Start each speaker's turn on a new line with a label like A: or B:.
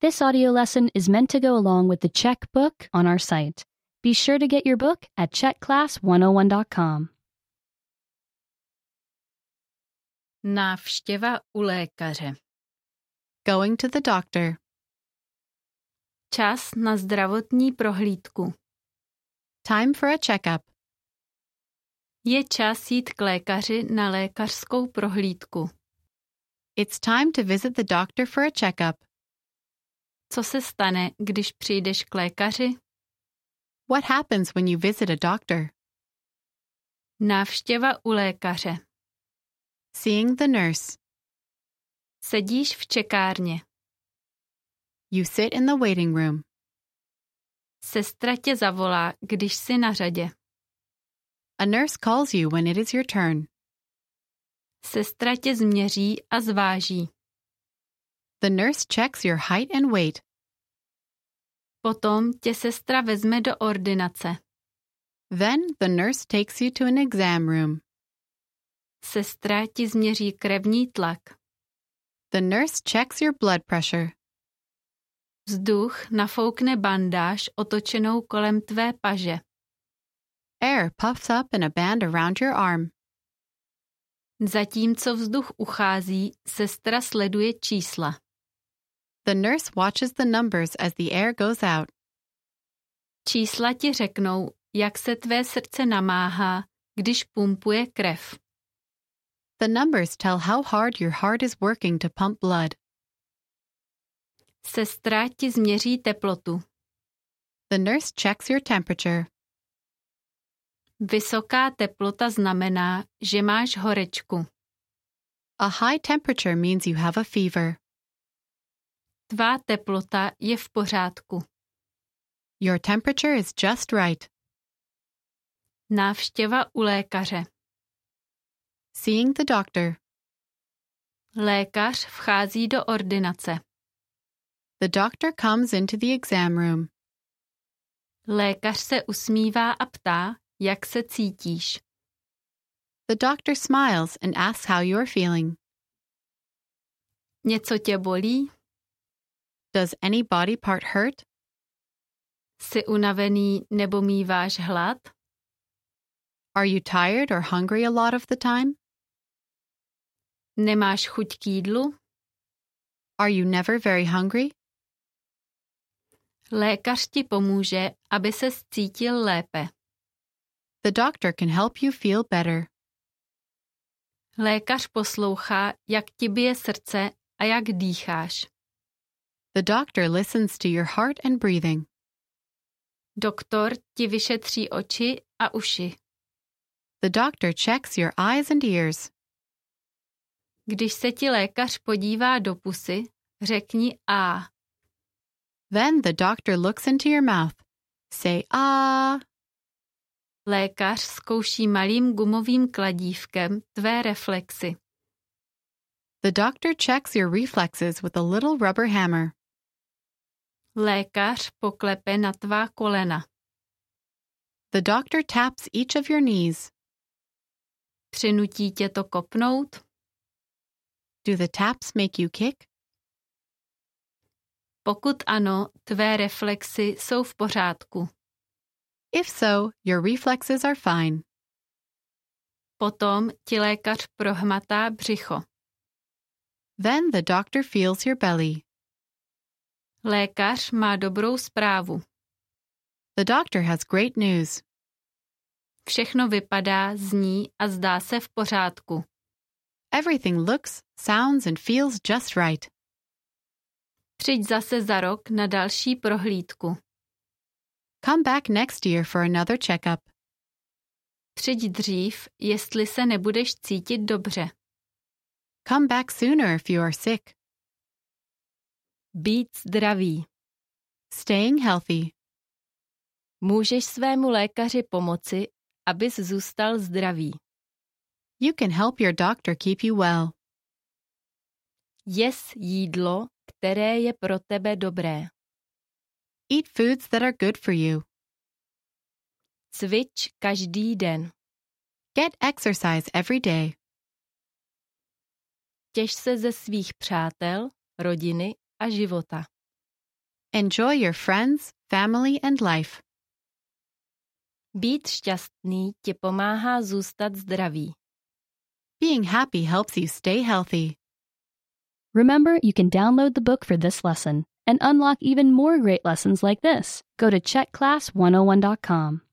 A: This audio lesson is meant to go along with the Czech book on our site. Be sure to get your book at czechclass101.com.
B: Návštěva u lékaře.
C: Going to the doctor.
B: Čas na zdravotní prohlídku.
C: Time for a checkup.
B: Je čas jít k lékaři na lékařskou prohlídku.
C: It's time to visit the doctor for a checkup.
B: Co se stane, když přijdeš k lékaři?
C: What happens when you visit a doctor?
B: Návštěva u lékaře.
C: Seeing the nurse.
B: Sedíš v čekárně.
C: You sit in the waiting room.
B: Sestra tě zavolá, když jsi na řadě.
C: A nurse calls you when it is your turn.
B: Sestra tě změří a zváží.
C: The nurse checks your height and weight.
B: Potom tě sestra vezme do ordinace.
C: Then the nurse takes you to an exam room.
B: Sestra ti změří krevní tlak,
C: The nurse checks your blood pressure.
B: vzduch nafoukne bandáž otočenou kolem tvé paže.
C: Air puffs up in a band around your arm.
B: Zatímco vzduch uchází, sestra sleduje čísla.
C: The nurse watches the numbers as the air goes out.
B: Čísla ti řeknou, jak se tvé srdce namáhá, když pumpuje krev.
C: The numbers tell how hard your heart is working to pump blood.
B: Sestra ti změří teplotu.
C: The nurse checks your temperature.
B: Vysoká teplota znamená, že máš horečku.
C: A high temperature means you have a fever.
B: Tvá teplota je v pořádku.
C: Your temperature is just right.
B: Návštěva u lékaře.
C: Seeing the doctor.
B: Lékař vchází do ordinace.
C: The doctor comes into the exam room.
B: Lékař se usmívá a ptá, jak se cítíš.
C: The doctor smiles and asks how you're feeling.
B: Něco tě bolí?
C: Does any body part hurt?
B: Jsi unavený nebo míváš hlad?
C: Are you tired or hungry a lot of the time?
B: Nemáš chuť k jídlu?
C: Are you never very hungry?
B: Lékař ti pomůže, aby se cítil lépe.
C: The doctor can help you feel better.
B: Lékař poslouchá, jak ti bije srdce a jak dýcháš.
C: The doctor listens to your heart and breathing.
B: Doktor ti vyšetří oči a uši.
C: The doctor checks your eyes and ears.
B: Když se ti lékař podívá do pusy, řekni A.
C: Then the doctor looks into your mouth. Say ah.
B: Lékař zkouší malým gumovým kladívkem tvé reflexy.
C: The doctor checks your reflexes with a little rubber hammer.
B: Lékař poklepe na tvá kolena.
C: The doctor taps each of your knees.
B: Přinutí tě to kopnout?
C: Do the taps make you kick?
B: Pokud ano, tvé reflexy jsou v pořádku.
C: If so, your reflexes are fine.
B: Potom ti lékař prohmatá břicho.
C: Then the doctor feels your belly.
B: Lékař má dobrou zprávu.
C: The doctor has great news.
B: Všechno vypadá, zní a zdá se v pořádku.
C: Everything looks, sounds, and feels just right.
B: Přijď zase za rok na další prohlídku.
C: Come back next year for another checkup.
B: Přijď dřív, jestli se nebudeš cítit dobře.
C: Come back sooner if you are sick.
D: Být zdravý.
C: Staying healthy.
D: Můžeš svému lékaři pomoci, abys zůstal zdravý.
C: You can help your doctor keep you well.
D: Jez jídlo, které je pro tebe dobré.
C: Eat foods that are good for you.
D: Cvič každý den.
C: Get exercise every day.
D: Těš se ze svých přátel, rodiny a života.
C: Enjoy your friends, family, and life.
B: Být šťastný ti pomáhá zůstat zdravý.
C: Being happy helps you stay healthy.
A: Remember, you can download the book for this oh lesson and unlock even more great lessons like this. Go to checkclass101.com.